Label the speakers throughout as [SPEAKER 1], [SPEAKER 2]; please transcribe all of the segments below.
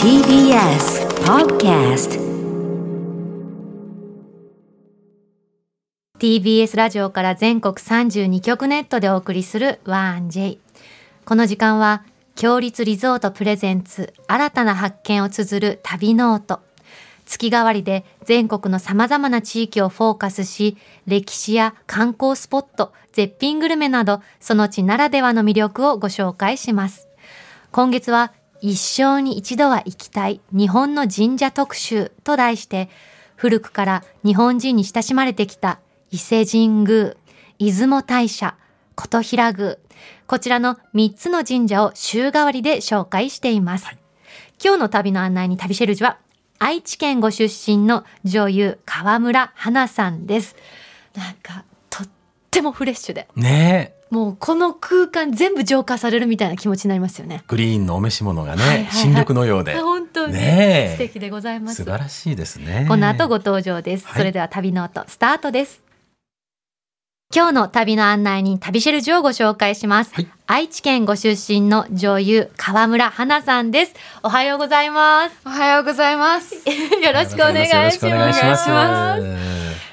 [SPEAKER 1] TBS Podcast
[SPEAKER 2] TBS ラジオから全国32局ネットでお送りする 1J この時間は強立リゾートプレゼンツ新たな発見を綴る旅ノート月替わりで全国のさまざまな地域をフォーカスし歴史や観光スポット絶品グルメなどその地ならではの魅力をご紹介します今月は一生に一度は行きたい日本の神社特集と題して古くから日本人に親しまれてきた伊勢神宮、出雲大社、琴平宮、こちらの3つの神社を週替わりで紹介しています。今日の旅の案内に旅シェルジュは愛知県ご出身の女優河村花さんです。なんかとってもフレッシュで、
[SPEAKER 3] ねえ
[SPEAKER 2] もうこの空間全部浄化されるみたいな気持ちになりますよね。
[SPEAKER 3] グリーンのお召し物がね、
[SPEAKER 2] はいはいはい
[SPEAKER 3] 新緑のようで
[SPEAKER 2] あ本当に、
[SPEAKER 3] ねえ
[SPEAKER 2] 素敵でございま
[SPEAKER 3] 素
[SPEAKER 2] す。
[SPEAKER 3] 晴らしいですね
[SPEAKER 2] この後ご登場です。
[SPEAKER 3] はい
[SPEAKER 2] それでは旅の音スタートです。今日の旅の案内人旅シェルジュをご紹介します。
[SPEAKER 3] はい
[SPEAKER 2] 愛知県ご出身の女優河村花さんです。おはようございます。
[SPEAKER 4] おはようございます。
[SPEAKER 2] よろしくお願いし
[SPEAKER 3] よろ
[SPEAKER 2] ま
[SPEAKER 3] し
[SPEAKER 2] す。
[SPEAKER 3] くお願いします
[SPEAKER 4] お願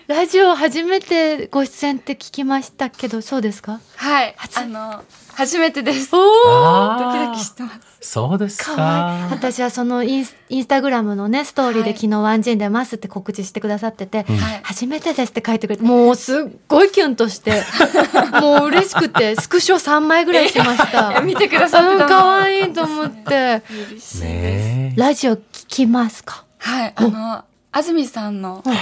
[SPEAKER 2] ラジオ初めてご出演って聞きましたけど、そうですか？
[SPEAKER 4] はい、
[SPEAKER 2] 初
[SPEAKER 4] あの初めてです。
[SPEAKER 3] あ
[SPEAKER 4] ドキ
[SPEAKER 3] ー
[SPEAKER 4] ドキしてます。
[SPEAKER 3] そうです
[SPEAKER 2] か
[SPEAKER 3] か
[SPEAKER 2] わいい。私はそのインスインスタグラムのねストーリーで
[SPEAKER 4] はい
[SPEAKER 2] 昨日ワンジン出ますって告知してくださってて、
[SPEAKER 3] うん
[SPEAKER 4] はい。
[SPEAKER 2] 初めてですって書いてくれてもうすっごいキュンとして もう嬉しくてスクショ3枚ぐらいしました
[SPEAKER 4] いや 見てくださって
[SPEAKER 2] うん
[SPEAKER 4] たの。
[SPEAKER 2] 可愛いと思って
[SPEAKER 4] 嬉しいです。
[SPEAKER 3] ねえ
[SPEAKER 2] ラジオ聞きますか
[SPEAKER 4] はい、あの安住さんの聞か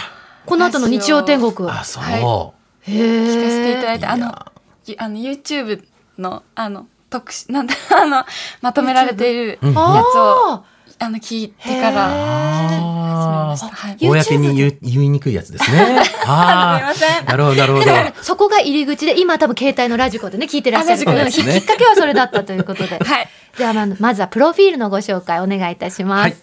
[SPEAKER 2] この後の日曜天国
[SPEAKER 3] あそう、
[SPEAKER 4] は
[SPEAKER 2] へえ
[SPEAKER 4] せていただいて、あの
[SPEAKER 3] や
[SPEAKER 4] ゆあの YouTube のあの特集 なんだあのまとめられている
[SPEAKER 3] うんうん
[SPEAKER 4] やつを
[SPEAKER 2] あ
[SPEAKER 4] あの聞いてから
[SPEAKER 3] あ
[SPEAKER 4] 始めました。はい。
[SPEAKER 2] ー
[SPEAKER 3] ー公に言う言いにくいやつですねあ
[SPEAKER 4] すいませ
[SPEAKER 3] あ
[SPEAKER 4] ん
[SPEAKER 3] なるほどなるほ
[SPEAKER 2] ーだ
[SPEAKER 3] ど
[SPEAKER 2] からねそこが入り口で今多分携帯のラジコでね聞いてらっしゃる
[SPEAKER 4] あ
[SPEAKER 2] う
[SPEAKER 4] ラ
[SPEAKER 2] んき
[SPEAKER 3] ジコですね
[SPEAKER 2] っかけはそれだったということで、
[SPEAKER 4] はい。
[SPEAKER 2] ではまずまずはプロフィールのご紹介お願いいたします、
[SPEAKER 3] はい、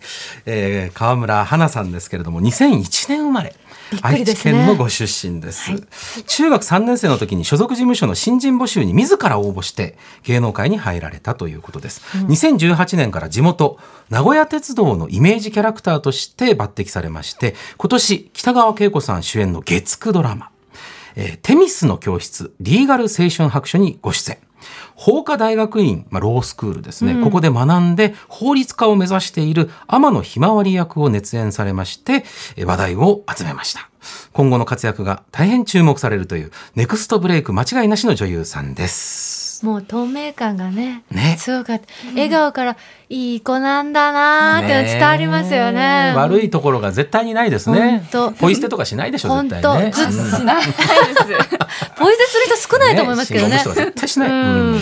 [SPEAKER 3] えー、川村花さんですけれども2001年生まれ、
[SPEAKER 2] くり
[SPEAKER 3] 愛
[SPEAKER 2] で
[SPEAKER 3] 知
[SPEAKER 2] すね
[SPEAKER 3] 県のご出身です、
[SPEAKER 2] はい
[SPEAKER 3] 中学3年生の時に所属事務所の新人募集に自ら応募して芸能界に入られたということです、2018年から地元名古屋鉄道のイメージキャラクターとして抜擢されまして今年北川景子さん主演の月9ドラマえーテミスの教室、リーガル青春白書にご出演。法科大学院、まあ、ロースクールですね、ここで学んで法律家を目指している天野ひまわり役を熱演されまして、えー話題を集めました。今後の活躍が大変注目されるという、ネクストブレイク間違いなしの女優さんです。
[SPEAKER 2] もう透明感がね
[SPEAKER 3] ね。
[SPEAKER 2] すごかった笑顔からいい子なんだなーって伝わりますよね
[SPEAKER 3] 悪いところが絶対にないですね。
[SPEAKER 2] ほんと
[SPEAKER 3] ポイ捨てとかしないでしょ、
[SPEAKER 2] ほん
[SPEAKER 3] 絶
[SPEAKER 2] と
[SPEAKER 3] 対ね。
[SPEAKER 2] ずっと
[SPEAKER 3] うん
[SPEAKER 4] しないです。
[SPEAKER 2] ポイ捨てする人少ないと思いますけどね
[SPEAKER 3] 信号無視とか絶対しない。
[SPEAKER 2] うん
[SPEAKER 3] うん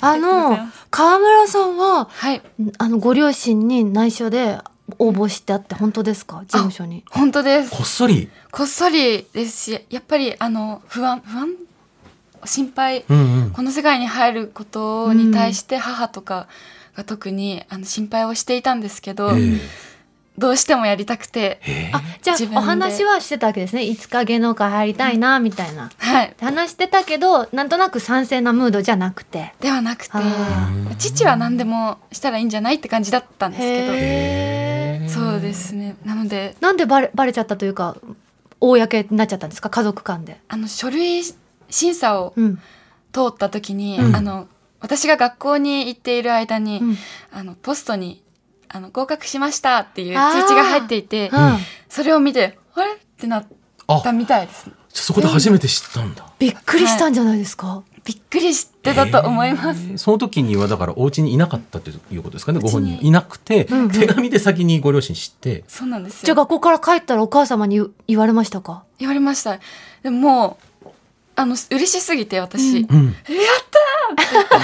[SPEAKER 2] あの川村さんは
[SPEAKER 4] はい。
[SPEAKER 2] あのご両親に内緒で応募してあって本当ですか事務所に
[SPEAKER 4] 本当です。
[SPEAKER 3] こっそり。
[SPEAKER 4] こっそりですしやっぱりあの不安不安心配、
[SPEAKER 3] うんうん
[SPEAKER 4] この世界に入ることに対して母とかが特にあの心配をしていたんですけ
[SPEAKER 3] え
[SPEAKER 4] ど、
[SPEAKER 3] ー
[SPEAKER 4] どうしてもやりたくて、
[SPEAKER 3] えー
[SPEAKER 2] あじゃ
[SPEAKER 4] 自分
[SPEAKER 2] あ
[SPEAKER 4] で
[SPEAKER 2] お話はしてたわけですねいつか芸能界入りたいなみたいな
[SPEAKER 4] はい、
[SPEAKER 2] 話してたけどなんとなく賛成なムードじゃなくて
[SPEAKER 4] ではなくて
[SPEAKER 2] あ
[SPEAKER 4] 父は何でもしたらいいんじゃないって感じだったんですけ
[SPEAKER 2] へ
[SPEAKER 4] ど
[SPEAKER 2] え
[SPEAKER 4] そうですねなので
[SPEAKER 2] なんでバレバレちゃったというか公になっちゃったんですか家族間で
[SPEAKER 4] あの書類審査を
[SPEAKER 2] うん
[SPEAKER 4] 通った時に、
[SPEAKER 3] うん
[SPEAKER 4] あの私が学校に行っている間に、
[SPEAKER 2] うん
[SPEAKER 4] あのポストにあの合格しましたっていう通知が入っていて
[SPEAKER 2] うん
[SPEAKER 4] それを見て、あれってなっ
[SPEAKER 3] あ
[SPEAKER 4] たみたいですね。
[SPEAKER 3] そこで初めて知ったんだ。
[SPEAKER 2] びっくりしたんじゃないですか、
[SPEAKER 4] びっくりしてたと思います。
[SPEAKER 3] えーその時にはだからお家にいなかったということですかね。ご本
[SPEAKER 4] うち
[SPEAKER 3] 人
[SPEAKER 4] に
[SPEAKER 3] いなくて、
[SPEAKER 2] うんうん
[SPEAKER 3] 手紙で先にご両親知って。
[SPEAKER 4] そうなんです
[SPEAKER 2] じゃあ
[SPEAKER 4] よ。
[SPEAKER 2] 学校から帰ったらお母様に言言われましたか
[SPEAKER 4] 言われました。でももう、あの、嬉しすぎて私、
[SPEAKER 2] うん
[SPEAKER 3] うん、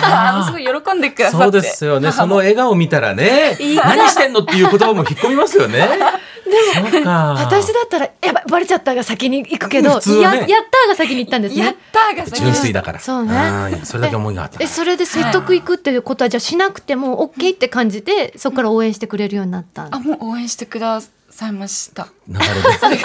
[SPEAKER 4] あのすごい喜んでくださって。
[SPEAKER 3] そうですよね。 そ
[SPEAKER 4] 母
[SPEAKER 3] の
[SPEAKER 4] も
[SPEAKER 3] 笑顔見たらね、何してんのっていう言葉も引っ込みますよね。でも、そうか。
[SPEAKER 2] 私だったらやばいバレちゃったが先に行くけど、
[SPEAKER 3] 普通は
[SPEAKER 2] や
[SPEAKER 3] ね
[SPEAKER 2] やったが先に行ったんです
[SPEAKER 4] やっ
[SPEAKER 2] ね
[SPEAKER 4] たーが先
[SPEAKER 3] 純粋
[SPEAKER 4] に。
[SPEAKER 3] だから。
[SPEAKER 2] そうね
[SPEAKER 3] んそれだけ思いがあったか
[SPEAKER 2] え
[SPEAKER 3] ら。
[SPEAKER 2] それで説得いくっていうことはじゃあしなくても OK って感じでそこから応援してくれるようになったんだ
[SPEAKER 4] あ、もう応援してくださいました。
[SPEAKER 3] 流れで。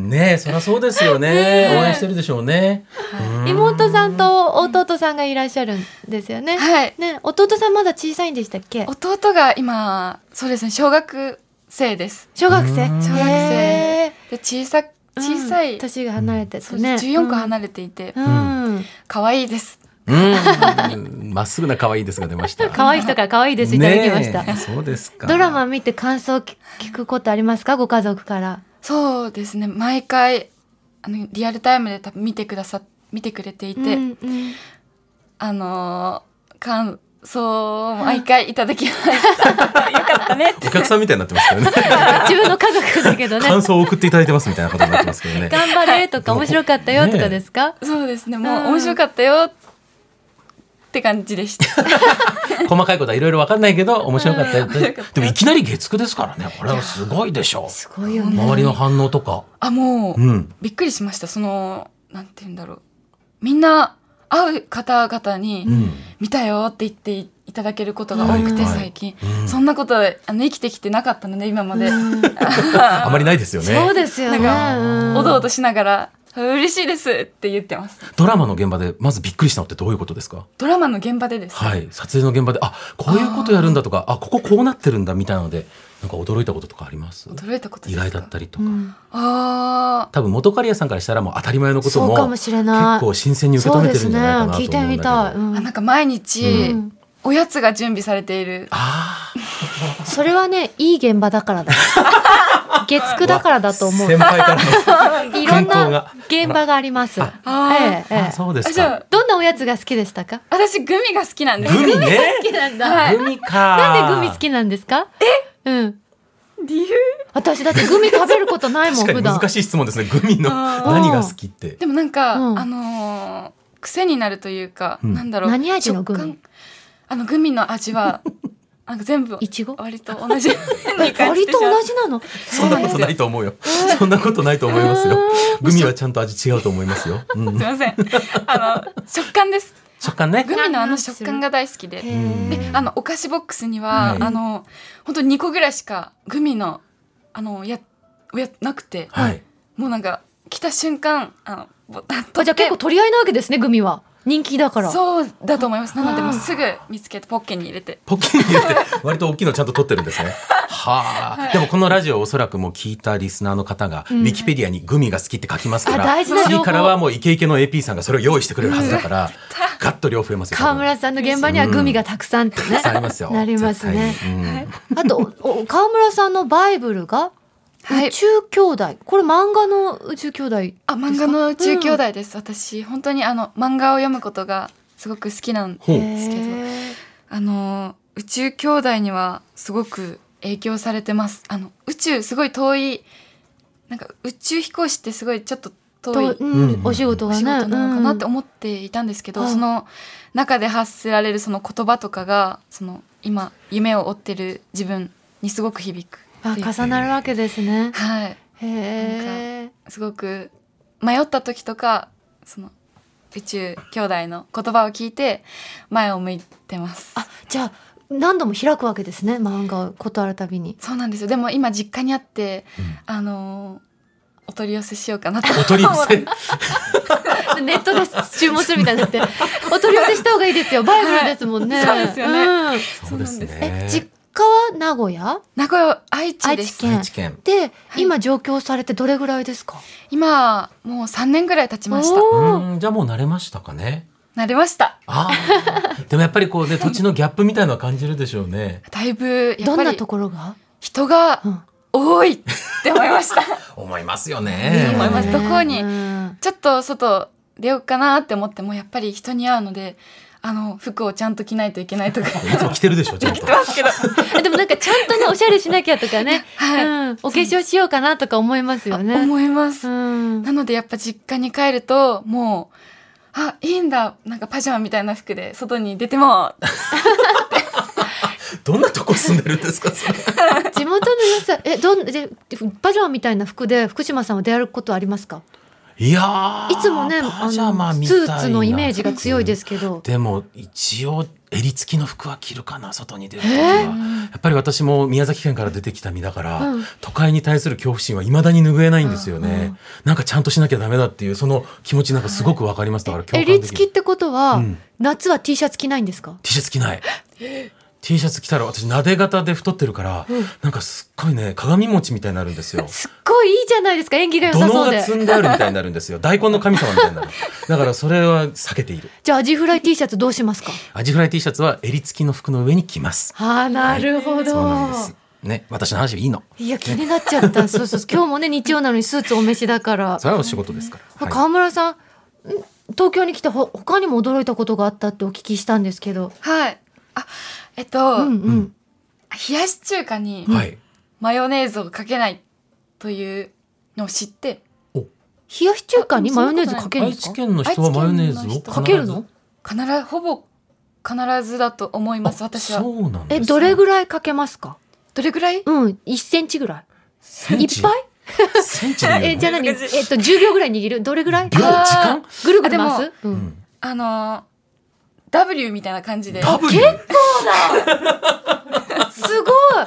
[SPEAKER 3] ねえ、そりゃそうですよね。
[SPEAKER 2] ねえ
[SPEAKER 3] 応援してるでしょうね。うん
[SPEAKER 2] 妹さんと弟さんがいらっしゃるんですよね。
[SPEAKER 4] はい
[SPEAKER 2] ね、弟さんまだ小さいんでしたっけ
[SPEAKER 4] 弟が今そうですね小学生です
[SPEAKER 2] 小学生
[SPEAKER 3] うん小
[SPEAKER 4] 学生
[SPEAKER 2] へ
[SPEAKER 4] で小さ
[SPEAKER 2] ー
[SPEAKER 4] 小さ
[SPEAKER 2] うん
[SPEAKER 4] い、そう
[SPEAKER 2] 年が離れててね。
[SPEAKER 4] です14個離れていて、
[SPEAKER 2] うん。うん
[SPEAKER 4] 可愛いです
[SPEAKER 3] うん、まっすぐな可愛いですが出まし た。
[SPEAKER 2] 可愛い人から可愛いですいただきました。
[SPEAKER 3] ねえそうですか。
[SPEAKER 2] ドラマ見て感想聞聞くことありますかご家族から。
[SPEAKER 4] そうですね毎回あのリアルタイムで多分見てくださ見てくれていて、
[SPEAKER 2] うんうん
[SPEAKER 4] あのー感想を毎回いただきま した。よかったねって
[SPEAKER 3] お客さんみたいになってま すけどね。
[SPEAKER 2] 自分の家族だけどね。
[SPEAKER 3] 感想を送っていただいてますみたいなことになってますけ どね。
[SPEAKER 2] 頑張れとか面白かったよとかですか、
[SPEAKER 4] そうですね。もう
[SPEAKER 2] うん
[SPEAKER 4] 面白かったよって感じでした。
[SPEAKER 3] 細かいことはいろいろわかんないけど面白 かったよ。
[SPEAKER 4] 面白かった
[SPEAKER 3] でもいきなり月9ですからね。これはすごいでしょ
[SPEAKER 2] すごいよ
[SPEAKER 3] う。
[SPEAKER 2] ね。
[SPEAKER 3] 周りの反応とか。
[SPEAKER 4] あ、もう、
[SPEAKER 3] うん。
[SPEAKER 4] びっくりしました。その、なんて言うんだろう。みんな会う方々に、
[SPEAKER 3] うん。
[SPEAKER 4] 見たよって言っていただけることが多く
[SPEAKER 3] はい
[SPEAKER 4] て
[SPEAKER 3] はい
[SPEAKER 4] 最近、
[SPEAKER 3] うん
[SPEAKER 4] そんなことあの生きてきてなかったので今まで、
[SPEAKER 3] あまりないですよね。
[SPEAKER 2] そうですよね。うん
[SPEAKER 4] おどおどしながら嬉しいですって言ってます
[SPEAKER 3] ドラマの現場でまずびっくりしたのってどういうことですか
[SPEAKER 4] ドラマの現場でですね、
[SPEAKER 3] はい。撮影の現場で、あ、こういうことやるんだとか、あこここうなってるんだみたいなので、なんか驚いたこととかあります
[SPEAKER 4] 驚いたこと
[SPEAKER 3] 意
[SPEAKER 4] ですか
[SPEAKER 3] 外だったりと
[SPEAKER 2] う
[SPEAKER 3] か。
[SPEAKER 2] ん
[SPEAKER 4] あ
[SPEAKER 3] 多分元カリアさんからしたらもう当たり前のこと
[SPEAKER 2] そ
[SPEAKER 3] も
[SPEAKER 2] うかもしれない。
[SPEAKER 3] 結構新鮮に受け止めてるんじゃないかなと思うんだけど。
[SPEAKER 2] そうですね。聞いてみたい。う
[SPEAKER 3] あ
[SPEAKER 4] ーあなん
[SPEAKER 2] ん
[SPEAKER 4] か毎日、
[SPEAKER 2] うん
[SPEAKER 4] おやつが準備されている
[SPEAKER 3] あー。
[SPEAKER 2] それはね、いい現場だからだ。 月9だからだと思う。
[SPEAKER 3] 先輩から の。
[SPEAKER 2] いろん
[SPEAKER 3] 奮闘
[SPEAKER 2] な
[SPEAKER 3] が
[SPEAKER 2] 現場があります。え
[SPEAKER 4] あ
[SPEAKER 2] ええ
[SPEAKER 3] あ
[SPEAKER 2] え。
[SPEAKER 3] そうです
[SPEAKER 4] じゃ
[SPEAKER 3] か
[SPEAKER 4] あ。
[SPEAKER 2] どんなおやつが好きでしたか
[SPEAKER 4] 私グミが好きなんです
[SPEAKER 3] グミね。
[SPEAKER 2] 好きなんだ。
[SPEAKER 4] はい
[SPEAKER 3] グミか。
[SPEAKER 2] なんでグミ好きなんですかえうん。
[SPEAKER 4] 理由
[SPEAKER 2] 私だってグミ食べることないもん、
[SPEAKER 3] 確か
[SPEAKER 2] 普
[SPEAKER 3] に
[SPEAKER 2] 段。
[SPEAKER 3] 難しい質問ですね。グミの
[SPEAKER 4] あー
[SPEAKER 3] 何が好きって。
[SPEAKER 4] でもなんか、
[SPEAKER 2] うん
[SPEAKER 4] あのー癖になるというか、
[SPEAKER 3] うん
[SPEAKER 4] なんだろう
[SPEAKER 2] 何味のグミ
[SPEAKER 4] 食感あのグミの 味はなんか全部
[SPEAKER 2] いちご
[SPEAKER 4] 割と同じように感じ
[SPEAKER 2] 割
[SPEAKER 4] て
[SPEAKER 2] と同じなの。
[SPEAKER 3] そんなことないと思うよ。そんなことないと思いますよ。グミはちゃんと味違うと思いますよ。うん
[SPEAKER 4] すいませんあの食感です
[SPEAKER 3] 食感ね
[SPEAKER 4] グ。ミのあの食感が大好き
[SPEAKER 2] へ
[SPEAKER 4] で
[SPEAKER 2] え
[SPEAKER 4] であのお菓子ボックスには、
[SPEAKER 3] はい
[SPEAKER 4] あの本当に2個ぐらいしかグミのあのややなくて、
[SPEAKER 3] はい。
[SPEAKER 4] もうなんか来た瞬間あの ボタン取って
[SPEAKER 2] あじゃあ結構取り合いなわけですね、グミは。人気だから。
[SPEAKER 4] そうだと思いますなのでもうすぐ見つけてポッケに入れて
[SPEAKER 3] ポッキリに入れて割と大きいのちゃんと取ってるんですね。はあ。でもこのラジオおそらくもう聞いたリスナーの方が、ウィキペディアにグミが好きって書きますか
[SPEAKER 2] あ
[SPEAKER 3] ら、
[SPEAKER 2] 大事な情報
[SPEAKER 3] 次からはもうイケイケの AP さんがそれを用意してくれるはずだ から、ガッと量増えますよ。
[SPEAKER 2] 川村さんの現場にはグミがたくさんってね
[SPEAKER 3] 多分。ありますよ。
[SPEAKER 2] なりますね
[SPEAKER 3] 絶。対に。うん
[SPEAKER 2] あと、お川村さんのバイブルが、
[SPEAKER 4] はい
[SPEAKER 2] 宇宙兄弟。これ漫画の宇宙兄弟ですか。
[SPEAKER 4] あ漫画の宇宙兄
[SPEAKER 2] うん
[SPEAKER 4] 弟です、私本当にあの漫画を読むことがすごく好きなん
[SPEAKER 3] ほう
[SPEAKER 4] ですけど
[SPEAKER 2] へー
[SPEAKER 4] あの宇宙兄弟にはすごく影響されてますあの宇宙すごい遠いなんか宇宙飛行士ってすごいちょっと遠
[SPEAKER 2] と、
[SPEAKER 4] い
[SPEAKER 2] う
[SPEAKER 3] うん
[SPEAKER 2] ん、お仕事
[SPEAKER 4] お
[SPEAKER 2] がね。
[SPEAKER 4] 仕事なのかなって
[SPEAKER 2] うん
[SPEAKER 4] 思っていたんですけど、
[SPEAKER 2] はい
[SPEAKER 4] その中で発せられるその言葉とかがその今夢を追ってる自分にすごく響く
[SPEAKER 2] あ
[SPEAKER 4] っていう
[SPEAKER 2] 重なるわけですね。
[SPEAKER 4] はい
[SPEAKER 2] へえ。
[SPEAKER 4] すごく迷った時とかその宇宙兄弟の言葉を聞いて前を向いてます
[SPEAKER 2] あ、じゃあ何度も開くわけですね。漫画を断るたび に。
[SPEAKER 4] そうなんですよでも今実家にあって、
[SPEAKER 3] うん
[SPEAKER 4] あのーお取り寄せしようかなと
[SPEAKER 3] お取り寄 せ。
[SPEAKER 2] ネットで注文するみたいになって、 お取り寄せした方がいいですよ。バイブルですもんね。
[SPEAKER 4] はいそうですよね
[SPEAKER 2] うん
[SPEAKER 3] そうですね
[SPEAKER 2] え、。実家は名古屋
[SPEAKER 4] 名古屋愛知です
[SPEAKER 2] 愛知県
[SPEAKER 3] 愛知県。
[SPEAKER 2] で、
[SPEAKER 4] い
[SPEAKER 2] 今上京されてどれぐらいですか。
[SPEAKER 4] 今もう3年ぐらい経ちました
[SPEAKER 2] おー
[SPEAKER 3] うんじゃあもう慣れましたかね。
[SPEAKER 4] 慣れました
[SPEAKER 3] あ あ。でもやっぱりこうね、土地のギャップみたいのは感じるでしょうね。
[SPEAKER 4] だいぶや
[SPEAKER 2] ど
[SPEAKER 4] っ
[SPEAKER 2] ん
[SPEAKER 4] ぱ
[SPEAKER 2] な
[SPEAKER 4] り
[SPEAKER 2] ところが。
[SPEAKER 4] 人が
[SPEAKER 2] うん
[SPEAKER 4] 多いって思いました
[SPEAKER 3] 思いますよね。
[SPEAKER 4] 思いますどこに
[SPEAKER 2] うん
[SPEAKER 4] ちょっと外出ようかなって思ってもやっぱり人に会うのであの服をちゃんと着ないといけないとか
[SPEAKER 3] いつも着てるでしょ、ちゃんと。
[SPEAKER 4] ますけど
[SPEAKER 2] あでもなんかちゃんとねおしゃれしなきゃとかね、
[SPEAKER 4] はい
[SPEAKER 2] うん、お化粧しようかなとか思いますよね。
[SPEAKER 4] 思います、
[SPEAKER 2] うん
[SPEAKER 4] なのでやっぱ実家に帰るともうあいいんだなんかパジャマみたいな服で外に出ても
[SPEAKER 3] どんなとこ住んでるんですか、それ
[SPEAKER 2] 地元の良さえどんでパジャマみたいな服で福島さんは出歩くことありますか
[SPEAKER 3] いやー
[SPEAKER 2] いつもね
[SPEAKER 3] パ
[SPEAKER 2] あ
[SPEAKER 3] ジャマ
[SPEAKER 2] の
[SPEAKER 3] み
[SPEAKER 2] ス
[SPEAKER 3] たいな
[SPEAKER 2] ーツのイメージが強いですけど
[SPEAKER 3] でも一応襟付きの服は着るかな外に出る時は、やっぱり私も宮崎県から出てきた身だから、都会に対する恐怖心はいまだに拭えないんですよね、なんかちゃんとしなきゃダメだっていうその気持ちなんかすごくわかりますだから共感でき
[SPEAKER 2] 襟
[SPEAKER 3] る
[SPEAKER 2] 付きってことは、
[SPEAKER 3] うん
[SPEAKER 2] 夏は T シャツ着ないんですか
[SPEAKER 3] T シャツ着ない T シャツ着たら私なで型で太ってるから、なんかすっごいね鏡餅みたいになるんですよ
[SPEAKER 2] すっごいいいじゃないですか縁起が良
[SPEAKER 3] 土
[SPEAKER 2] さそう
[SPEAKER 3] のうが
[SPEAKER 2] で
[SPEAKER 3] 積んであるみたいになるんですよ大根の神様みたいになるだからそれは避けている
[SPEAKER 2] じゃあアジフライ T シャツどうしますか
[SPEAKER 3] アジフライ T シャツは襟付きの服の上に着ます
[SPEAKER 2] あーなるほど、
[SPEAKER 3] そうなんですね私の話いいの
[SPEAKER 2] いや気になっちゃ った。そうそうそう今日もね日曜なのにスーツお召しだから。
[SPEAKER 3] それはお仕事ですから、はい
[SPEAKER 2] 川村さんん東京に来てほ他にも驚いたことがあったってお聞きしたんですけど。
[SPEAKER 4] はい。あ、えっと、
[SPEAKER 2] うんうん。
[SPEAKER 4] 冷やし中華に
[SPEAKER 3] はい、
[SPEAKER 4] マヨネーズをかけないというのを知って、
[SPEAKER 2] 冷やし中華にマヨネーズかけるん
[SPEAKER 3] 愛
[SPEAKER 2] です
[SPEAKER 3] 知
[SPEAKER 2] か。
[SPEAKER 3] 県の人はマヨネーズを必ず
[SPEAKER 2] かけるの？
[SPEAKER 4] 必ず、ほぼ必ずだと思います、私は。
[SPEAKER 3] そうなんです
[SPEAKER 2] えどれぐらいかけますか。
[SPEAKER 4] どれぐらい
[SPEAKER 2] うん一センチぐらい。いっぱ
[SPEAKER 3] ぱ
[SPEAKER 2] い？
[SPEAKER 3] いセンチで言うの
[SPEAKER 2] えじゃあ何えっ
[SPEAKER 4] 難しい
[SPEAKER 2] と10秒ぐらい握るどれぐらい？
[SPEAKER 3] 秒時
[SPEAKER 4] あー
[SPEAKER 3] 間、
[SPEAKER 2] ぐるぐる回
[SPEAKER 4] あ
[SPEAKER 2] す？う。
[SPEAKER 3] うんん、
[SPEAKER 4] あのー、W みたいな感じで。
[SPEAKER 3] ダブル
[SPEAKER 2] すごい。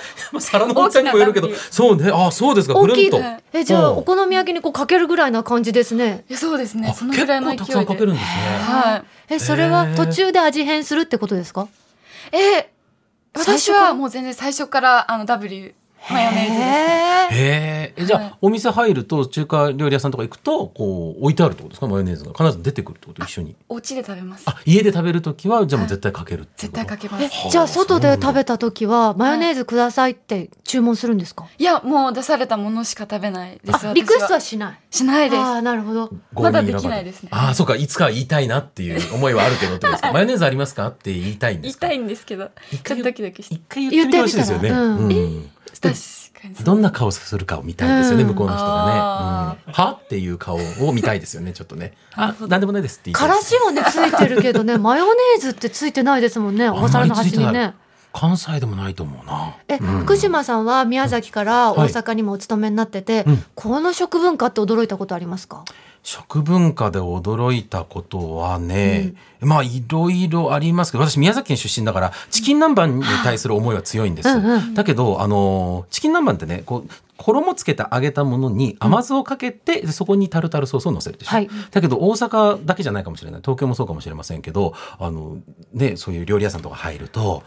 [SPEAKER 3] まあ皿の大きさにもよるけど
[SPEAKER 4] 大きな
[SPEAKER 3] そうねあそうですかぐ
[SPEAKER 2] 大
[SPEAKER 3] る
[SPEAKER 2] きい
[SPEAKER 3] んと
[SPEAKER 4] うんい
[SPEAKER 2] えじゃあ
[SPEAKER 3] うん
[SPEAKER 2] お好み焼きにこうかけるぐらいな感じですね。
[SPEAKER 4] やそうですね。
[SPEAKER 3] あ
[SPEAKER 4] そのぐらいの勢いで。
[SPEAKER 3] 結構たくさんかけるんですね
[SPEAKER 4] はい。
[SPEAKER 2] えそれは
[SPEAKER 3] へー
[SPEAKER 2] 途中で味変するってことですか？
[SPEAKER 4] えー、
[SPEAKER 2] 最初
[SPEAKER 4] 私
[SPEAKER 2] から
[SPEAKER 4] はもう全然最初からあの W マヨネーズです。
[SPEAKER 2] へー
[SPEAKER 3] へえじゃあ、
[SPEAKER 4] はい
[SPEAKER 3] お店入ると中華料理屋さんとか行くとこう置いてあるってことですかマヨネーズが必ず出てくるってこと一緒に
[SPEAKER 4] お家で食べます。
[SPEAKER 3] あ家で食べるときはじゃあもう絶対かけるっていう
[SPEAKER 4] 絶
[SPEAKER 3] こと
[SPEAKER 4] 対かけま
[SPEAKER 2] え
[SPEAKER 4] す。
[SPEAKER 3] はあ
[SPEAKER 2] じゃあ外で食べた時はマヨネーズくださいって注文するんですか、
[SPEAKER 4] いや、もう出されたものしか食べないです。私は
[SPEAKER 2] リクエストはしない
[SPEAKER 4] しないです。
[SPEAKER 2] ああなるほど
[SPEAKER 3] 強引に
[SPEAKER 4] まだできない
[SPEAKER 3] 選ばれる
[SPEAKER 4] ですね
[SPEAKER 3] ああそうかいつかは言いたいなっていう思いはあるけどってことですかマヨネーズありますかって言いたいんで
[SPEAKER 4] 言い
[SPEAKER 3] すか
[SPEAKER 4] たいんですけど、
[SPEAKER 3] 一
[SPEAKER 4] ちょっ
[SPEAKER 3] 回
[SPEAKER 4] とドキドキして。
[SPEAKER 3] 一回言ってみてほしいですよね、
[SPEAKER 2] 言ってみたらうん
[SPEAKER 3] うん
[SPEAKER 4] 確かにそう。
[SPEAKER 3] どんな顔するかを見たいですよね、
[SPEAKER 2] うん
[SPEAKER 3] 向こうの人がね、
[SPEAKER 4] あ
[SPEAKER 3] うんはっていう顔を見たいですよねちょっとねあなんでもないですって言いた
[SPEAKER 2] か
[SPEAKER 3] いで
[SPEAKER 2] ら
[SPEAKER 3] す
[SPEAKER 2] しはねついてるけど ねマヨネーズってついてないですもんね
[SPEAKER 3] んまり
[SPEAKER 2] お皿の端にね
[SPEAKER 3] 関西でもないと思うな
[SPEAKER 2] え、
[SPEAKER 3] うん
[SPEAKER 2] 福島さんは宮崎から
[SPEAKER 3] は
[SPEAKER 2] 大
[SPEAKER 3] い
[SPEAKER 2] 阪にもお勤めになってて、
[SPEAKER 3] うん
[SPEAKER 2] この食文化って驚いたことありますか、
[SPEAKER 3] 食文化で驚いたことはね、まあいろいろありますけど私宮崎県出身だからチキン南蛮に対する思いは強いんです、
[SPEAKER 2] うんうん
[SPEAKER 3] だけどあのチキン南蛮ってねこう衣つけて揚げたものに甘酢をかけて、でそこにタルタルソースを乗せるでしょ、
[SPEAKER 2] はい
[SPEAKER 3] だけど大阪だけじゃないかもしれない東京もそうかもしれませんけどあの、ね、そういう料理屋さんとか入ると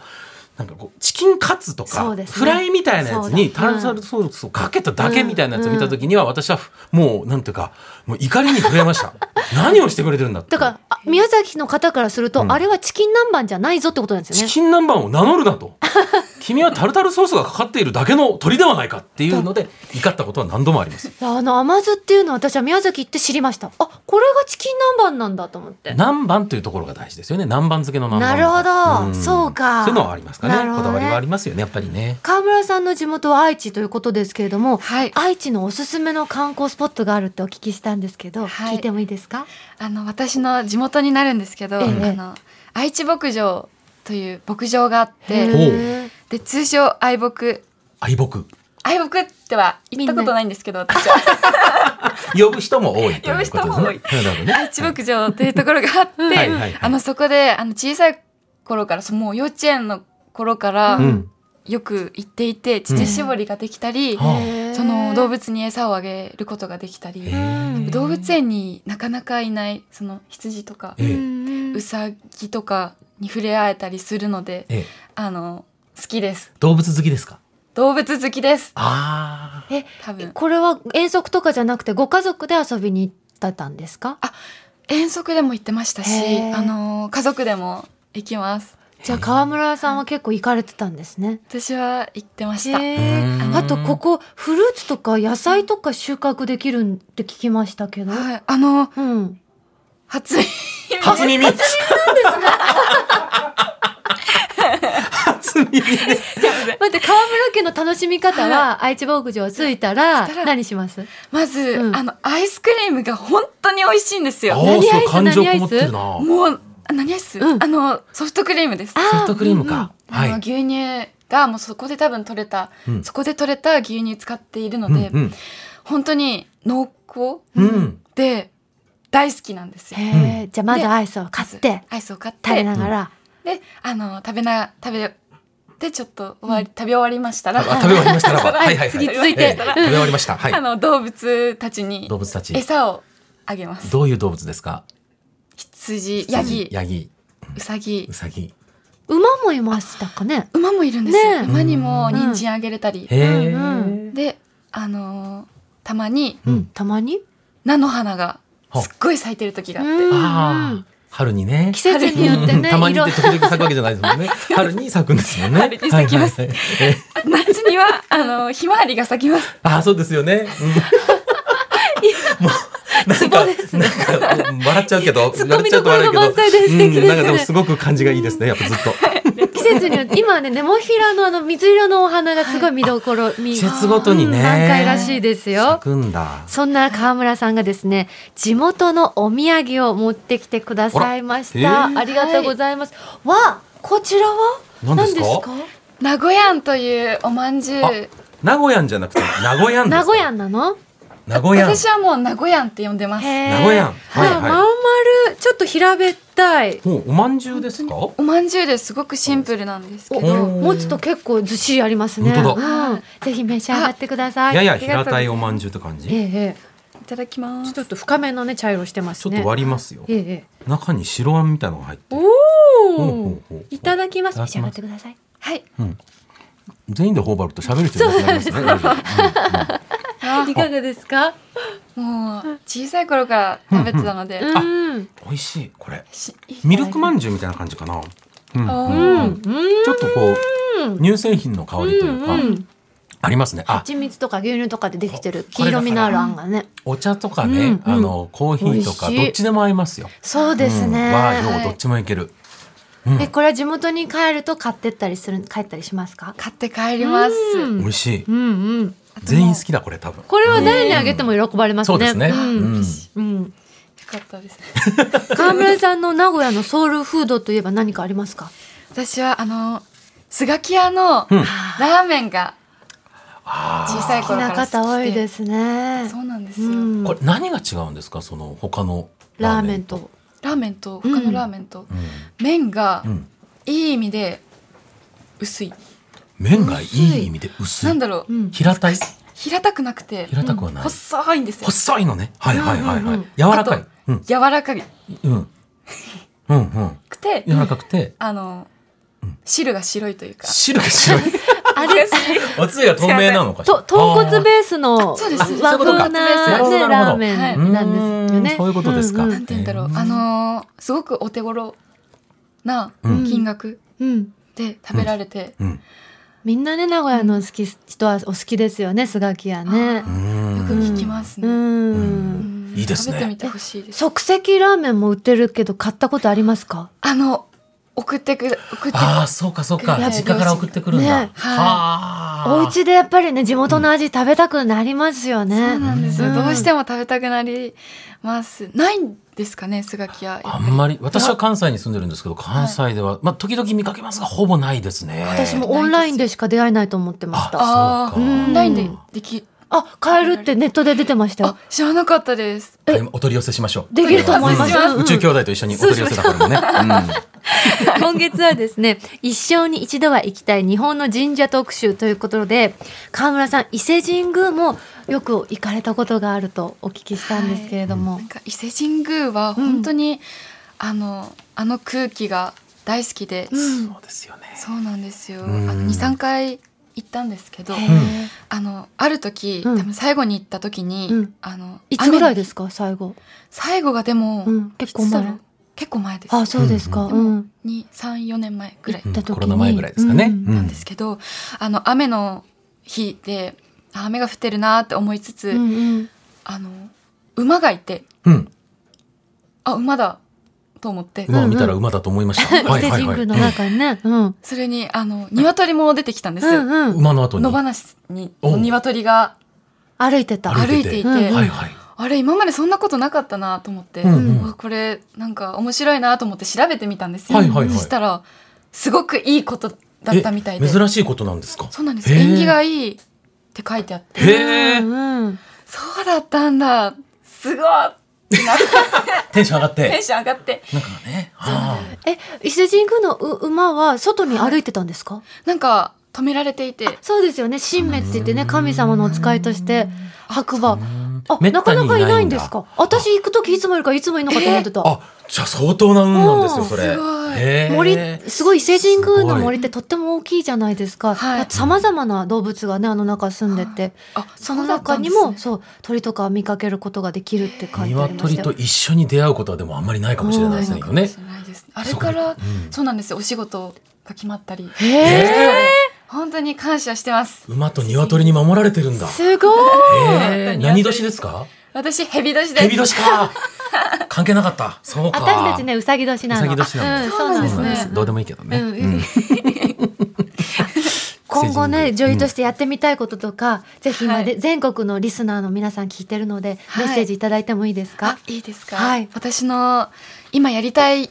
[SPEAKER 3] なんかこうチキンカツと
[SPEAKER 2] そ
[SPEAKER 3] か、
[SPEAKER 2] うですね
[SPEAKER 3] フライみたいなやつに
[SPEAKER 2] そうだ
[SPEAKER 3] タ
[SPEAKER 2] うん
[SPEAKER 3] ルタルソースをかけただけみたいなやつを見た時には私はもうなんていうかもう怒りに震えました 何をしてくれてるんだって
[SPEAKER 2] だからあ宮崎の方からすると、
[SPEAKER 3] うん
[SPEAKER 2] あれはチキン南蛮じゃないぞってことなんです
[SPEAKER 3] チ
[SPEAKER 2] よね
[SPEAKER 3] キン南蛮を名乗るなと君はタルタルソースがかかっているだけの鳥ではないかっていうので怒ったことは何度もあります
[SPEAKER 2] あの甘酢っていうのは私は宮崎行って知りましたあこれがチキン南蛮なんだと思って
[SPEAKER 3] 南蛮というところが大事ですよね南蛮漬けの南蛮
[SPEAKER 2] なるほど
[SPEAKER 3] ん
[SPEAKER 2] そうか
[SPEAKER 3] そういうのはありますかね
[SPEAKER 2] なるほ
[SPEAKER 3] こ
[SPEAKER 2] どね
[SPEAKER 3] だわりはありますよねやっぱりね
[SPEAKER 2] 川村さんの地元は愛知ということですけれども、
[SPEAKER 4] はい。
[SPEAKER 2] 愛知のおすすめの観光スポットがあるってお聞きしたんですけど、
[SPEAKER 4] はい
[SPEAKER 2] 聞いてもいいですか
[SPEAKER 4] あの、私の地元になるんですけど、
[SPEAKER 2] ええ
[SPEAKER 4] あの、愛知牧場という牧場があっ
[SPEAKER 3] ほう
[SPEAKER 4] て、で、通称愛牧。
[SPEAKER 3] 愛僕
[SPEAKER 4] 愛牧っては行ったことないんですけど、私は。
[SPEAKER 3] 呼ぶ人も多いということです
[SPEAKER 4] 呼ぶ人も多
[SPEAKER 3] ね
[SPEAKER 4] い
[SPEAKER 3] なるほどね
[SPEAKER 4] 愛知牧場というところがあって、
[SPEAKER 3] はいはいはい
[SPEAKER 4] あのそこであの小さい頃からそもう幼稚園の頃から
[SPEAKER 3] うん
[SPEAKER 4] よく行っていて、乳搾りができたり、
[SPEAKER 3] はあ
[SPEAKER 4] その動物に餌をあげることができたり、
[SPEAKER 3] へえ
[SPEAKER 4] 動物園になかなかいないその羊とか、
[SPEAKER 3] ええ
[SPEAKER 2] うん
[SPEAKER 4] ウサギとかに触れ合えたりするので、
[SPEAKER 3] ええ
[SPEAKER 4] あの好きです
[SPEAKER 3] 動物好きですか
[SPEAKER 4] 動物好きです
[SPEAKER 3] あ
[SPEAKER 2] え
[SPEAKER 4] 多分
[SPEAKER 2] これは遠足とかじゃなくてご家族で遊びに行ってたんですか
[SPEAKER 4] 遠足でも行ってましたし
[SPEAKER 2] へー
[SPEAKER 4] あの家族でも行きます
[SPEAKER 2] じゃあ川村さんは結構行かれてたんですね
[SPEAKER 4] 私は行ってました、
[SPEAKER 2] へー
[SPEAKER 3] うん
[SPEAKER 2] あとここフルーツとか野菜とか収穫できるんって聞きましたけど、
[SPEAKER 4] はい、あの
[SPEAKER 2] うん
[SPEAKER 4] 初
[SPEAKER 3] ー
[SPEAKER 4] 耳
[SPEAKER 3] 初耳初耳ね
[SPEAKER 2] 待って川村家の楽しみ方は愛知牧場着いたら
[SPEAKER 4] したら
[SPEAKER 2] 何します
[SPEAKER 4] まず、
[SPEAKER 2] うん
[SPEAKER 4] あのアイスクリームが本当に美味しいんです
[SPEAKER 3] あ
[SPEAKER 4] よ
[SPEAKER 2] 何ア
[SPEAKER 3] ー
[SPEAKER 2] イス
[SPEAKER 3] そう感情
[SPEAKER 2] 何ア
[SPEAKER 3] こ
[SPEAKER 2] イス
[SPEAKER 3] もってるな
[SPEAKER 4] もうあ何アイス、
[SPEAKER 2] うん
[SPEAKER 4] あのソフトクリームです
[SPEAKER 3] ソフトクリームかは
[SPEAKER 4] あの
[SPEAKER 3] い
[SPEAKER 4] 牛乳がもうそこで多分取れた、
[SPEAKER 3] うん
[SPEAKER 4] そこで取れた牛乳使っているの
[SPEAKER 3] うん
[SPEAKER 4] で、
[SPEAKER 3] うん
[SPEAKER 4] 本当に濃厚
[SPEAKER 3] うん
[SPEAKER 4] で大好きなんですよ
[SPEAKER 2] へえ、じゃあまずアイスを買って
[SPEAKER 4] アイスを買っ
[SPEAKER 2] 食べ
[SPEAKER 4] て
[SPEAKER 2] ながら、
[SPEAKER 4] であの食べな食べてちょっと終わり、食べ終わりましたら
[SPEAKER 3] あ 食べ終わりましたらばはいはいはい
[SPEAKER 4] 次続いて
[SPEAKER 3] ええ食べ終わりましたは
[SPEAKER 4] あ
[SPEAKER 3] い
[SPEAKER 4] の動物たちに
[SPEAKER 3] 動物たち
[SPEAKER 4] 餌をあげます
[SPEAKER 3] どういう動物ですか
[SPEAKER 4] 羊ヤギ
[SPEAKER 3] ヤギ
[SPEAKER 4] ウサギ
[SPEAKER 3] ウサギ
[SPEAKER 2] 馬もいましたかね
[SPEAKER 4] 馬もいるんですよ、
[SPEAKER 2] ねえ
[SPEAKER 4] 馬にも人参あげれたり、
[SPEAKER 3] へえ
[SPEAKER 2] うん
[SPEAKER 4] であのーたまに
[SPEAKER 3] うん
[SPEAKER 2] たまに
[SPEAKER 4] 菜の花が
[SPEAKER 3] は
[SPEAKER 4] すっごい咲いてる時があって、
[SPEAKER 2] うん
[SPEAKER 3] ああ春にね
[SPEAKER 2] 季節によって
[SPEAKER 3] うん
[SPEAKER 2] ね
[SPEAKER 3] たまに
[SPEAKER 2] 色
[SPEAKER 3] って時々咲くわけじゃないですもんね春に咲くんですもんね
[SPEAKER 4] 春に咲きます
[SPEAKER 3] はいはいはいえ
[SPEAKER 4] 夏にはあのーひまわりが咲きます
[SPEAKER 3] ああそうですよね、 うん、もうなんか、なんかうん笑っちゃうけど
[SPEAKER 2] ツッコ
[SPEAKER 3] 笑っ
[SPEAKER 2] ミ
[SPEAKER 3] ちゃう
[SPEAKER 2] ど
[SPEAKER 3] と
[SPEAKER 2] ころ
[SPEAKER 3] 笑
[SPEAKER 2] が
[SPEAKER 3] うけど
[SPEAKER 2] 満載で素敵ですね
[SPEAKER 3] うん、なんかでもすごく感じがいいですねやっぱずっと
[SPEAKER 2] 季節によ って今はねネモフィラのあの水色のお花がすごい見どころ、見
[SPEAKER 3] 季節ごとにね
[SPEAKER 2] うん満開らしいですよ
[SPEAKER 3] 咲くんだ
[SPEAKER 2] そんな川村さんがですね地元のお土産を持ってきてくださいまし
[SPEAKER 3] あらへ
[SPEAKER 2] た
[SPEAKER 3] ー
[SPEAKER 2] ありがとうございますわこちらは
[SPEAKER 3] 何ですか
[SPEAKER 4] 名古屋んというおまんじゅう
[SPEAKER 3] あ名古屋んじゃなくて名古屋んです
[SPEAKER 2] 名古屋なの
[SPEAKER 3] 名古屋ん
[SPEAKER 4] 私はもう名古屋んって呼んでます
[SPEAKER 2] へー
[SPEAKER 3] 名古屋はいはい
[SPEAKER 2] あまん丸ちょっと平べったい
[SPEAKER 3] もうおまんじゅうですか
[SPEAKER 4] おまんじゅうですごくシンプルなんですけ
[SPEAKER 3] お
[SPEAKER 4] ど
[SPEAKER 2] 持つと結構ずっしりありますね
[SPEAKER 3] 本当
[SPEAKER 2] うん、ぜひ召し上がってください
[SPEAKER 3] やや
[SPEAKER 2] ありがと
[SPEAKER 3] 平
[SPEAKER 2] うご
[SPEAKER 3] た
[SPEAKER 2] ざ
[SPEAKER 3] い
[SPEAKER 2] ます
[SPEAKER 3] おまんじゅうって感
[SPEAKER 2] え
[SPEAKER 3] じ
[SPEAKER 2] ええ
[SPEAKER 4] いただきま
[SPEAKER 2] え
[SPEAKER 4] す
[SPEAKER 2] ちょっと深めのね茶色してます
[SPEAKER 3] ちょ
[SPEAKER 2] ね
[SPEAKER 3] っと割りますよ
[SPEAKER 2] ええええ
[SPEAKER 3] 中に白あんみたいなのが入ってる
[SPEAKER 2] お
[SPEAKER 3] ほうほ
[SPEAKER 2] お
[SPEAKER 3] うほう
[SPEAKER 2] いただきます
[SPEAKER 3] いた
[SPEAKER 2] 召
[SPEAKER 3] だきます
[SPEAKER 2] し上がってください
[SPEAKER 4] はい
[SPEAKER 3] うん全員で頬張ると喋る人いなくなりますね大丈夫うんうん
[SPEAKER 4] あ
[SPEAKER 2] いかがですか
[SPEAKER 4] もう小さい頃から食べてたので、
[SPEAKER 2] うん
[SPEAKER 3] 美味しいこれ
[SPEAKER 4] し
[SPEAKER 3] ミルクま
[SPEAKER 4] ン
[SPEAKER 3] んじゅうみたいな感じかなうん
[SPEAKER 4] あ
[SPEAKER 2] う
[SPEAKER 4] ー
[SPEAKER 2] んうん
[SPEAKER 3] ちょっとこう乳製品の香りというか
[SPEAKER 2] うん
[SPEAKER 3] ありますねあ
[SPEAKER 2] 蜂蜜とか牛乳とかでできてる黄色みのあるあんがね
[SPEAKER 3] お茶とかね
[SPEAKER 2] うんうん
[SPEAKER 3] あのコーヒーとか
[SPEAKER 2] 美味しい
[SPEAKER 3] どっちでも合いますよ
[SPEAKER 2] そうです
[SPEAKER 3] うん
[SPEAKER 2] ね
[SPEAKER 3] 和洋どっちもいけるうん
[SPEAKER 2] えこれは地元に帰ると買ってったりする帰ったりしますか
[SPEAKER 4] 買って帰ります
[SPEAKER 2] うん
[SPEAKER 3] 美味しい
[SPEAKER 2] うんうん
[SPEAKER 3] 全員好きだこれ多分
[SPEAKER 2] これは誰にあげても喜ばれますね
[SPEAKER 3] そうですね
[SPEAKER 2] うん
[SPEAKER 3] うん
[SPEAKER 2] うん
[SPEAKER 4] よかったです
[SPEAKER 2] 川村さんの名古屋のソウルフードといえば何かありますか
[SPEAKER 4] 私はあのスガキ屋の
[SPEAKER 3] うん
[SPEAKER 4] ラーメンが
[SPEAKER 3] あー
[SPEAKER 4] 小さい
[SPEAKER 2] 好き
[SPEAKER 4] 頃から
[SPEAKER 2] な
[SPEAKER 4] 好きで
[SPEAKER 2] 方多いですね
[SPEAKER 4] そうなんです
[SPEAKER 2] う
[SPEAKER 4] よ、
[SPEAKER 2] ん
[SPEAKER 3] これ何が違うんですかその他の
[SPEAKER 2] ラーメンと
[SPEAKER 4] ラーメンと他のラーメンと、
[SPEAKER 3] うん
[SPEAKER 4] 麺が
[SPEAKER 3] うん
[SPEAKER 4] いい意味で薄い、
[SPEAKER 3] 麺がいい意味で薄
[SPEAKER 4] なん
[SPEAKER 3] い
[SPEAKER 4] だろう、
[SPEAKER 2] うん
[SPEAKER 3] 平たい
[SPEAKER 4] 平たくなくて
[SPEAKER 3] 平たくはない
[SPEAKER 4] 細いんですよ
[SPEAKER 3] 細いのねはいはいは
[SPEAKER 2] う
[SPEAKER 3] いは
[SPEAKER 2] んうんう
[SPEAKER 3] い
[SPEAKER 2] ん
[SPEAKER 3] 柔らかい
[SPEAKER 4] あと
[SPEAKER 3] うん
[SPEAKER 4] 柔らか
[SPEAKER 3] うんうんうん
[SPEAKER 4] くて
[SPEAKER 3] 柔らかくて
[SPEAKER 4] あの、汁が白いというか
[SPEAKER 3] 汁が白い
[SPEAKER 2] あれ
[SPEAKER 3] おつゆが透明なのかし
[SPEAKER 2] と
[SPEAKER 3] ら
[SPEAKER 2] 豚骨ベースの和
[SPEAKER 4] あそうです
[SPEAKER 2] 風な
[SPEAKER 4] あ
[SPEAKER 3] そういうことかなるほ
[SPEAKER 2] ね
[SPEAKER 3] ど
[SPEAKER 2] ラーメ
[SPEAKER 4] なる
[SPEAKER 3] ほ
[SPEAKER 2] ン
[SPEAKER 3] ど
[SPEAKER 2] なんですよ
[SPEAKER 3] うー
[SPEAKER 2] ね。
[SPEAKER 3] んそういうことですか
[SPEAKER 2] うん
[SPEAKER 4] なんて言うんだろう、あのーすごくお手頃な
[SPEAKER 3] うん
[SPEAKER 4] 金額
[SPEAKER 2] うん
[SPEAKER 4] で食べられて、
[SPEAKER 3] うん
[SPEAKER 2] みんなね名古屋の好き人はお好きですよねスガキやね
[SPEAKER 3] う。ん
[SPEAKER 4] よく聞きますね、
[SPEAKER 2] う
[SPEAKER 3] うん
[SPEAKER 2] ん。
[SPEAKER 4] うん
[SPEAKER 3] いいですね
[SPEAKER 4] 食べてみてほしいです
[SPEAKER 2] 即席ラーメンも売ってるけど買ったことありますか？
[SPEAKER 4] あの送ってく送って
[SPEAKER 3] ああそうかそうか
[SPEAKER 4] ね
[SPEAKER 3] 実家から送ってくるんだ
[SPEAKER 2] ね
[SPEAKER 3] はあ
[SPEAKER 2] お家でやっぱりね地元の味食べたくなりますよ
[SPEAKER 4] そう
[SPEAKER 2] ね。
[SPEAKER 4] なんですよ、
[SPEAKER 2] うん
[SPEAKER 4] どうしても食べたくなりますないんですかねスガキ屋
[SPEAKER 3] あんまり私は関西に住んでるんですけど関西ではまあ時々見かけますがほぼないですね
[SPEAKER 2] 私もオンラインでしか出会えないと思ってました。
[SPEAKER 3] あ
[SPEAKER 4] あ
[SPEAKER 3] そ
[SPEAKER 4] ー
[SPEAKER 3] う
[SPEAKER 4] オ
[SPEAKER 3] か
[SPEAKER 4] ンラインででき
[SPEAKER 2] あ買えるってネットで出てましたよ
[SPEAKER 4] あ。知らなかったです
[SPEAKER 3] あれお取り寄せしましょう
[SPEAKER 2] できると思います
[SPEAKER 3] うん
[SPEAKER 2] うん
[SPEAKER 3] 宇宙兄弟と一緒にお取り寄せだからね
[SPEAKER 2] 今月はですね、一生に一度は行きたい日本の神社特集ということで、河村さん、伊勢神宮もよく行かれたことがあるとお聞きしたんですけれども。
[SPEAKER 4] なんか伊勢神宮は本当に、あのあの空気が大好きで、
[SPEAKER 3] うんそうですよね
[SPEAKER 4] そうなんですよ、
[SPEAKER 3] うん
[SPEAKER 4] あの23回行ったんですけど、
[SPEAKER 2] へー
[SPEAKER 4] あのある時、
[SPEAKER 2] うん
[SPEAKER 4] 多分最後に行った時に、
[SPEAKER 2] うん
[SPEAKER 4] あの
[SPEAKER 2] いつぐらいですすか、最後。
[SPEAKER 4] 最後がでも、
[SPEAKER 2] うん結構前
[SPEAKER 4] いつだろう結構前です
[SPEAKER 2] あ、そうですか。
[SPEAKER 4] うん
[SPEAKER 2] うん。
[SPEAKER 4] に34年前ぐらい
[SPEAKER 3] うん
[SPEAKER 2] た時に
[SPEAKER 3] コロナ前ぐらいですかね
[SPEAKER 2] うん
[SPEAKER 4] なんですけど、あの雨の日であ雨が降ってるなって思いつつ、
[SPEAKER 2] うんうん。
[SPEAKER 4] あの馬がいて
[SPEAKER 3] うんうん
[SPEAKER 4] あ馬だと思って、
[SPEAKER 3] 馬を見たら馬だと思いました
[SPEAKER 2] 伊勢神宮の中にね。うん。
[SPEAKER 4] それにあの鶏も出てきたんです
[SPEAKER 2] う
[SPEAKER 4] よ、
[SPEAKER 2] んうん。
[SPEAKER 3] 馬の後に
[SPEAKER 4] 野放しに
[SPEAKER 3] おう
[SPEAKER 4] 鶏が
[SPEAKER 2] 歩いてた。
[SPEAKER 4] 歩いていて
[SPEAKER 2] 歩いててうん
[SPEAKER 3] はいはい
[SPEAKER 4] あれ今までそんなことなかったなと思って、
[SPEAKER 3] うんうん
[SPEAKER 4] あこれなんか面白いなと思って調べてみたんですよ、
[SPEAKER 3] はいはいはい
[SPEAKER 4] そしたらすごくいいことだったみたいで
[SPEAKER 3] え珍しいことなんですか
[SPEAKER 4] そうなんです
[SPEAKER 3] へー
[SPEAKER 4] 縁起がいいって書いてあって
[SPEAKER 3] へえ
[SPEAKER 2] うんうん。
[SPEAKER 4] そうだったんだすごいっってなって
[SPEAKER 3] テンション上がっ
[SPEAKER 4] テン
[SPEAKER 3] て。
[SPEAKER 4] ション上 がって
[SPEAKER 3] なんかね、ああ
[SPEAKER 2] え、伊勢神宮のう馬は外に歩いてたんですか、
[SPEAKER 4] なんか止められていて
[SPEAKER 2] そうですよね。神滅って言ってね、神様のお使いとして白馬。あ、
[SPEAKER 3] めっ
[SPEAKER 2] なか
[SPEAKER 3] たに
[SPEAKER 2] ないか
[SPEAKER 3] ないんだ
[SPEAKER 2] いないんですか私行くときいつもいるからいつもいなかったと思ってた。
[SPEAKER 3] あ、じゃあ相当な運なんですよ、
[SPEAKER 2] うん
[SPEAKER 3] それ。
[SPEAKER 4] すごい
[SPEAKER 3] へー
[SPEAKER 2] 森すごい伊勢神宮の
[SPEAKER 3] すご
[SPEAKER 2] 森ってとっても大きいじゃないですか
[SPEAKER 4] はい
[SPEAKER 2] さまざまな動物がねあの中住んでて、
[SPEAKER 4] あ
[SPEAKER 2] その中に
[SPEAKER 4] そうだったん
[SPEAKER 2] も
[SPEAKER 4] ですね
[SPEAKER 2] そう,、鳥とか見かけることができるって書いてありまし
[SPEAKER 3] 鶏
[SPEAKER 2] た
[SPEAKER 3] と
[SPEAKER 2] よ
[SPEAKER 3] 一緒に出会うことはでもあんまりないかもしれないですね、今
[SPEAKER 4] ないの
[SPEAKER 3] ね
[SPEAKER 4] かもし。れないですあれから
[SPEAKER 3] そこでうん
[SPEAKER 4] そうなんですよお仕事が決まったり
[SPEAKER 2] へえ
[SPEAKER 4] 本当に感謝してます
[SPEAKER 3] 馬と鶏に守られてるんだ。
[SPEAKER 2] すごい
[SPEAKER 3] ええ、何年ですか
[SPEAKER 4] 私蛇年です
[SPEAKER 3] 蛇年か。関係なかった。そうか。
[SPEAKER 2] 私たちねうさぎ年なの
[SPEAKER 3] うさぎ年なんです
[SPEAKER 2] あうん、そうなんで
[SPEAKER 3] そ
[SPEAKER 2] す
[SPEAKER 3] うなん
[SPEAKER 2] ね
[SPEAKER 3] ですどうでもいいけどね。
[SPEAKER 2] うん
[SPEAKER 3] うん
[SPEAKER 2] 今後
[SPEAKER 3] 伊勢神宮
[SPEAKER 2] ね女優としてやってみたいこととか、ぜひ今で、
[SPEAKER 4] はい
[SPEAKER 2] 全国のリスナーの皆さん聞いてるので、
[SPEAKER 4] はい
[SPEAKER 2] メッセージいただいてもいいですか
[SPEAKER 4] あ、いいですか、
[SPEAKER 2] はい
[SPEAKER 4] 私の今やりたい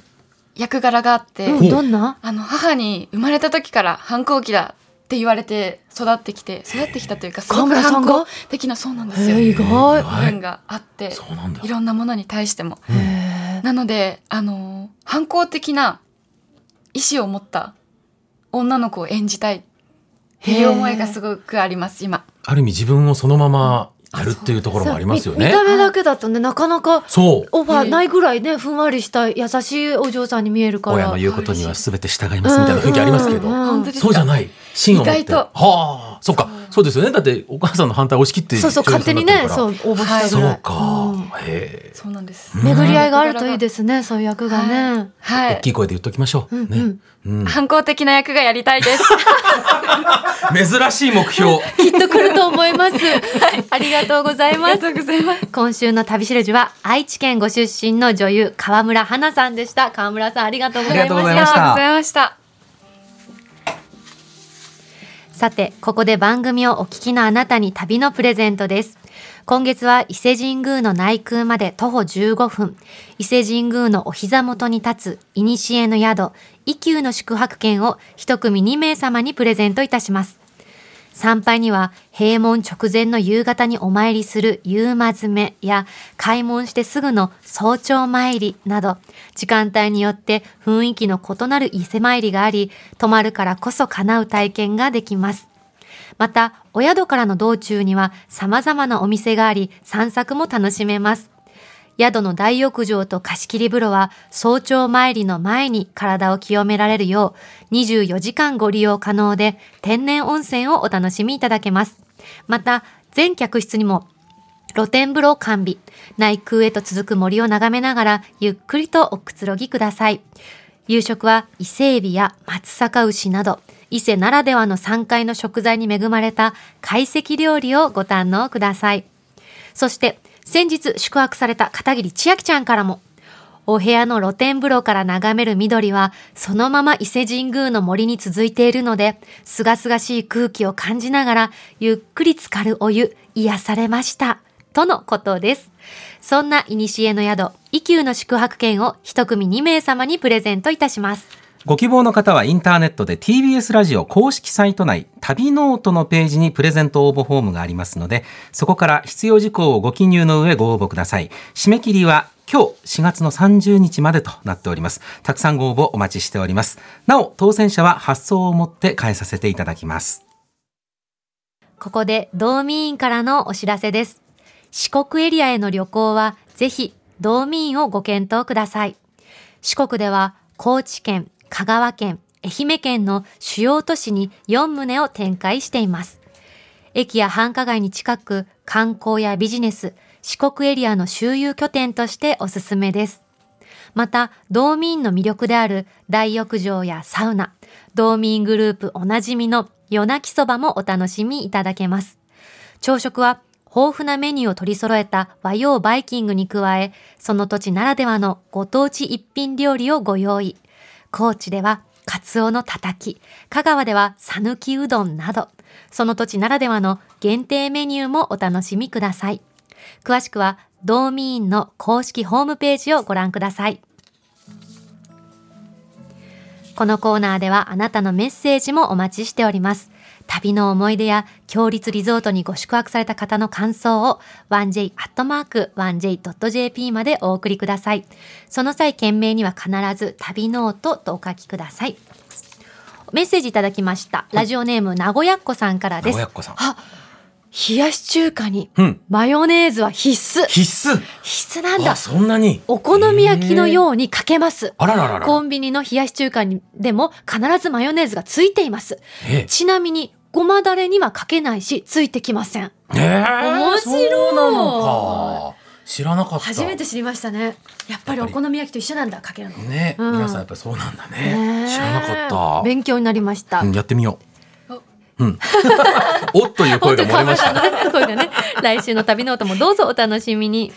[SPEAKER 4] 役柄があって、
[SPEAKER 2] うん、どんな
[SPEAKER 4] あの母に生まれた時から反抗期だって言われて育ってきて育ってきたというかすごく
[SPEAKER 2] 神村さ
[SPEAKER 4] 反
[SPEAKER 2] んが
[SPEAKER 4] 抗的なそうなんですよ
[SPEAKER 2] へえ意外
[SPEAKER 4] 部分があって
[SPEAKER 3] そうなんだ
[SPEAKER 4] い。ろんなものに対しても
[SPEAKER 3] うん
[SPEAKER 2] へえ
[SPEAKER 4] なのであの反抗的な意志を持った女の子を演じたいっていう思いがすごくあります今
[SPEAKER 3] ある意味自分をそのままやるっていうところもありますよね
[SPEAKER 2] そう。み見た目だけだとねなかなか
[SPEAKER 3] そう。
[SPEAKER 2] オファーないぐらいね、ふんわりした優しいお嬢さんに見えるから。
[SPEAKER 3] 親の言うことには全て従いますみたいな雰囲気ありますけ
[SPEAKER 2] うんうん
[SPEAKER 3] ど。
[SPEAKER 2] ん
[SPEAKER 4] 本当ですか
[SPEAKER 3] そうじゃない。芯を持って。
[SPEAKER 4] 意外
[SPEAKER 3] は
[SPEAKER 4] と
[SPEAKER 3] あ、そうか。そうですよね。だってお母さんの反対を押し切って。
[SPEAKER 2] そうそう、勝手にね、そう、応募したぐ
[SPEAKER 3] そ
[SPEAKER 2] ら
[SPEAKER 3] う
[SPEAKER 2] い。
[SPEAKER 3] か
[SPEAKER 2] うん。
[SPEAKER 3] へえ。
[SPEAKER 4] そうなんです
[SPEAKER 3] うん
[SPEAKER 2] 巡り合いがあるといいですね、そういう役がね。
[SPEAKER 4] は
[SPEAKER 3] 大
[SPEAKER 4] い
[SPEAKER 3] きい声で言っときましょ
[SPEAKER 2] う
[SPEAKER 3] う。
[SPEAKER 2] ん
[SPEAKER 3] ね。うん
[SPEAKER 4] 反抗的な役がやりたいです
[SPEAKER 3] 珍しい目標。
[SPEAKER 2] きっと来ると思い ます。ありがとうございます。今週の旅しるじは、愛知県ご出身の女優、河村花さんでした。河村さん、ありがとうございま
[SPEAKER 3] ありがとう
[SPEAKER 2] し
[SPEAKER 3] ござい
[SPEAKER 2] た
[SPEAKER 3] まし。た
[SPEAKER 4] ありがとうございました。
[SPEAKER 2] さて、ここで番組をお聞きのあなたに旅のプレゼントです。今月は伊勢神宮の内宮まで徒歩15分、伊勢神宮のお膝元に立つ、古の宿、伊宮の宿泊券を一組2名様にプレゼントいたします。参拝には閉門直前の夕方にお参りする夕間詰めや開門してすぐの早朝参りなど時間帯によって雰囲気の異なる伊勢参りがあり泊まるからこそ叶う体験ができます。またお宿からの道中には様々なお店があり散策も楽しめます。宿の大浴場と貸し切り風呂は早朝参りの前に体を清められるよう24時間ご利用可能で天然温泉をお楽しみいただけます。また全客室にも露天風呂を完備。内空へと続く森を眺めながらゆっくりとおくつろぎください。夕食は伊勢海老や松阪牛など伊勢ならではの山階の食材に恵まれた懐石料理をご堪能ください。そして、先日宿泊された片桐千秋ちゃんからも、お部屋の露天風呂から眺める緑は、そのまま伊勢神宮の森に続いているので、清々しい空気を感じながら、ゆっくり浸かるお湯、癒されました。とのことです。そんな古の宿、伊宮の宿泊券を一組2名様にプレゼントいたします。
[SPEAKER 3] ご希望の方はインターネットで TBS ラジオ公式サイト内旅ノートのページにプレゼント応募フォームがありますのでそこから必要事項をご記入の上ご応募ください締め切りは今日4月の30日までとなっておりますたくさんご応募お待ちしておりますなお当選者は発送をもって返させていただきます
[SPEAKER 2] ここで道民院からのお知らせです。四国エリアへの旅行はぜひ道民院をご検討ください。四国では高知県、香川県、愛媛県の主要都市に4棟を展開しています。駅や繁華街に近く観光やビジネス、四国エリアの周遊拠点としておすすめです。また、道民の魅力である大浴場やサウナ、道民グループおなじみの夜泣きそばもお楽しみいただけます。朝食は豊富なメニューを取り揃えた和洋バイキングに加え、その土地ならではのご当地一品料理をご用意。高知ではカツオのたたき、香川ではさぬきうどんなど、その土地ならではの限定メニューもお楽しみください。詳しくは道民院の公式ホームページをご覧ください。このコーナーではあなたのメッセージもお待ちしております。旅の思い出や、強立リゾートにご宿泊された方の感想を、1j.1j.jp までお送りください。その際、件名には必ず、旅ノートとお書きください。メッセージいただきました。ラジオネーム、名古屋っ子さんからで
[SPEAKER 3] 名
[SPEAKER 2] す
[SPEAKER 3] 古屋。っ子さん。
[SPEAKER 2] 冷やし中華に、
[SPEAKER 3] うん
[SPEAKER 2] マヨネーズは必須。
[SPEAKER 3] 必須。
[SPEAKER 2] 必須なんだ
[SPEAKER 3] あ、。そんなに。
[SPEAKER 2] お好み焼きのようにかけます。
[SPEAKER 3] あらららら。
[SPEAKER 2] コンビニの冷やし中華にでも必ずマヨネーズがついています。
[SPEAKER 3] え
[SPEAKER 2] ちなみに、ごまだれにはかけないし、ついてきません。
[SPEAKER 3] えー
[SPEAKER 2] 面白い
[SPEAKER 3] そうなのか。知らなかった。
[SPEAKER 2] 初めて知りましたね。やっぱりお好み焼きと一緒なんだ、かけるの。
[SPEAKER 3] ね、
[SPEAKER 2] うん
[SPEAKER 3] 皆さんやっぱりそうなんだ
[SPEAKER 2] ねえ
[SPEAKER 3] ね。知らなかった。
[SPEAKER 2] 勉強になりました。
[SPEAKER 3] うんやってみよ
[SPEAKER 4] お
[SPEAKER 3] う。うん。 おっという声が漏れまし た。
[SPEAKER 2] ね。声がね、来週の旅ノートもどうぞお楽しみに。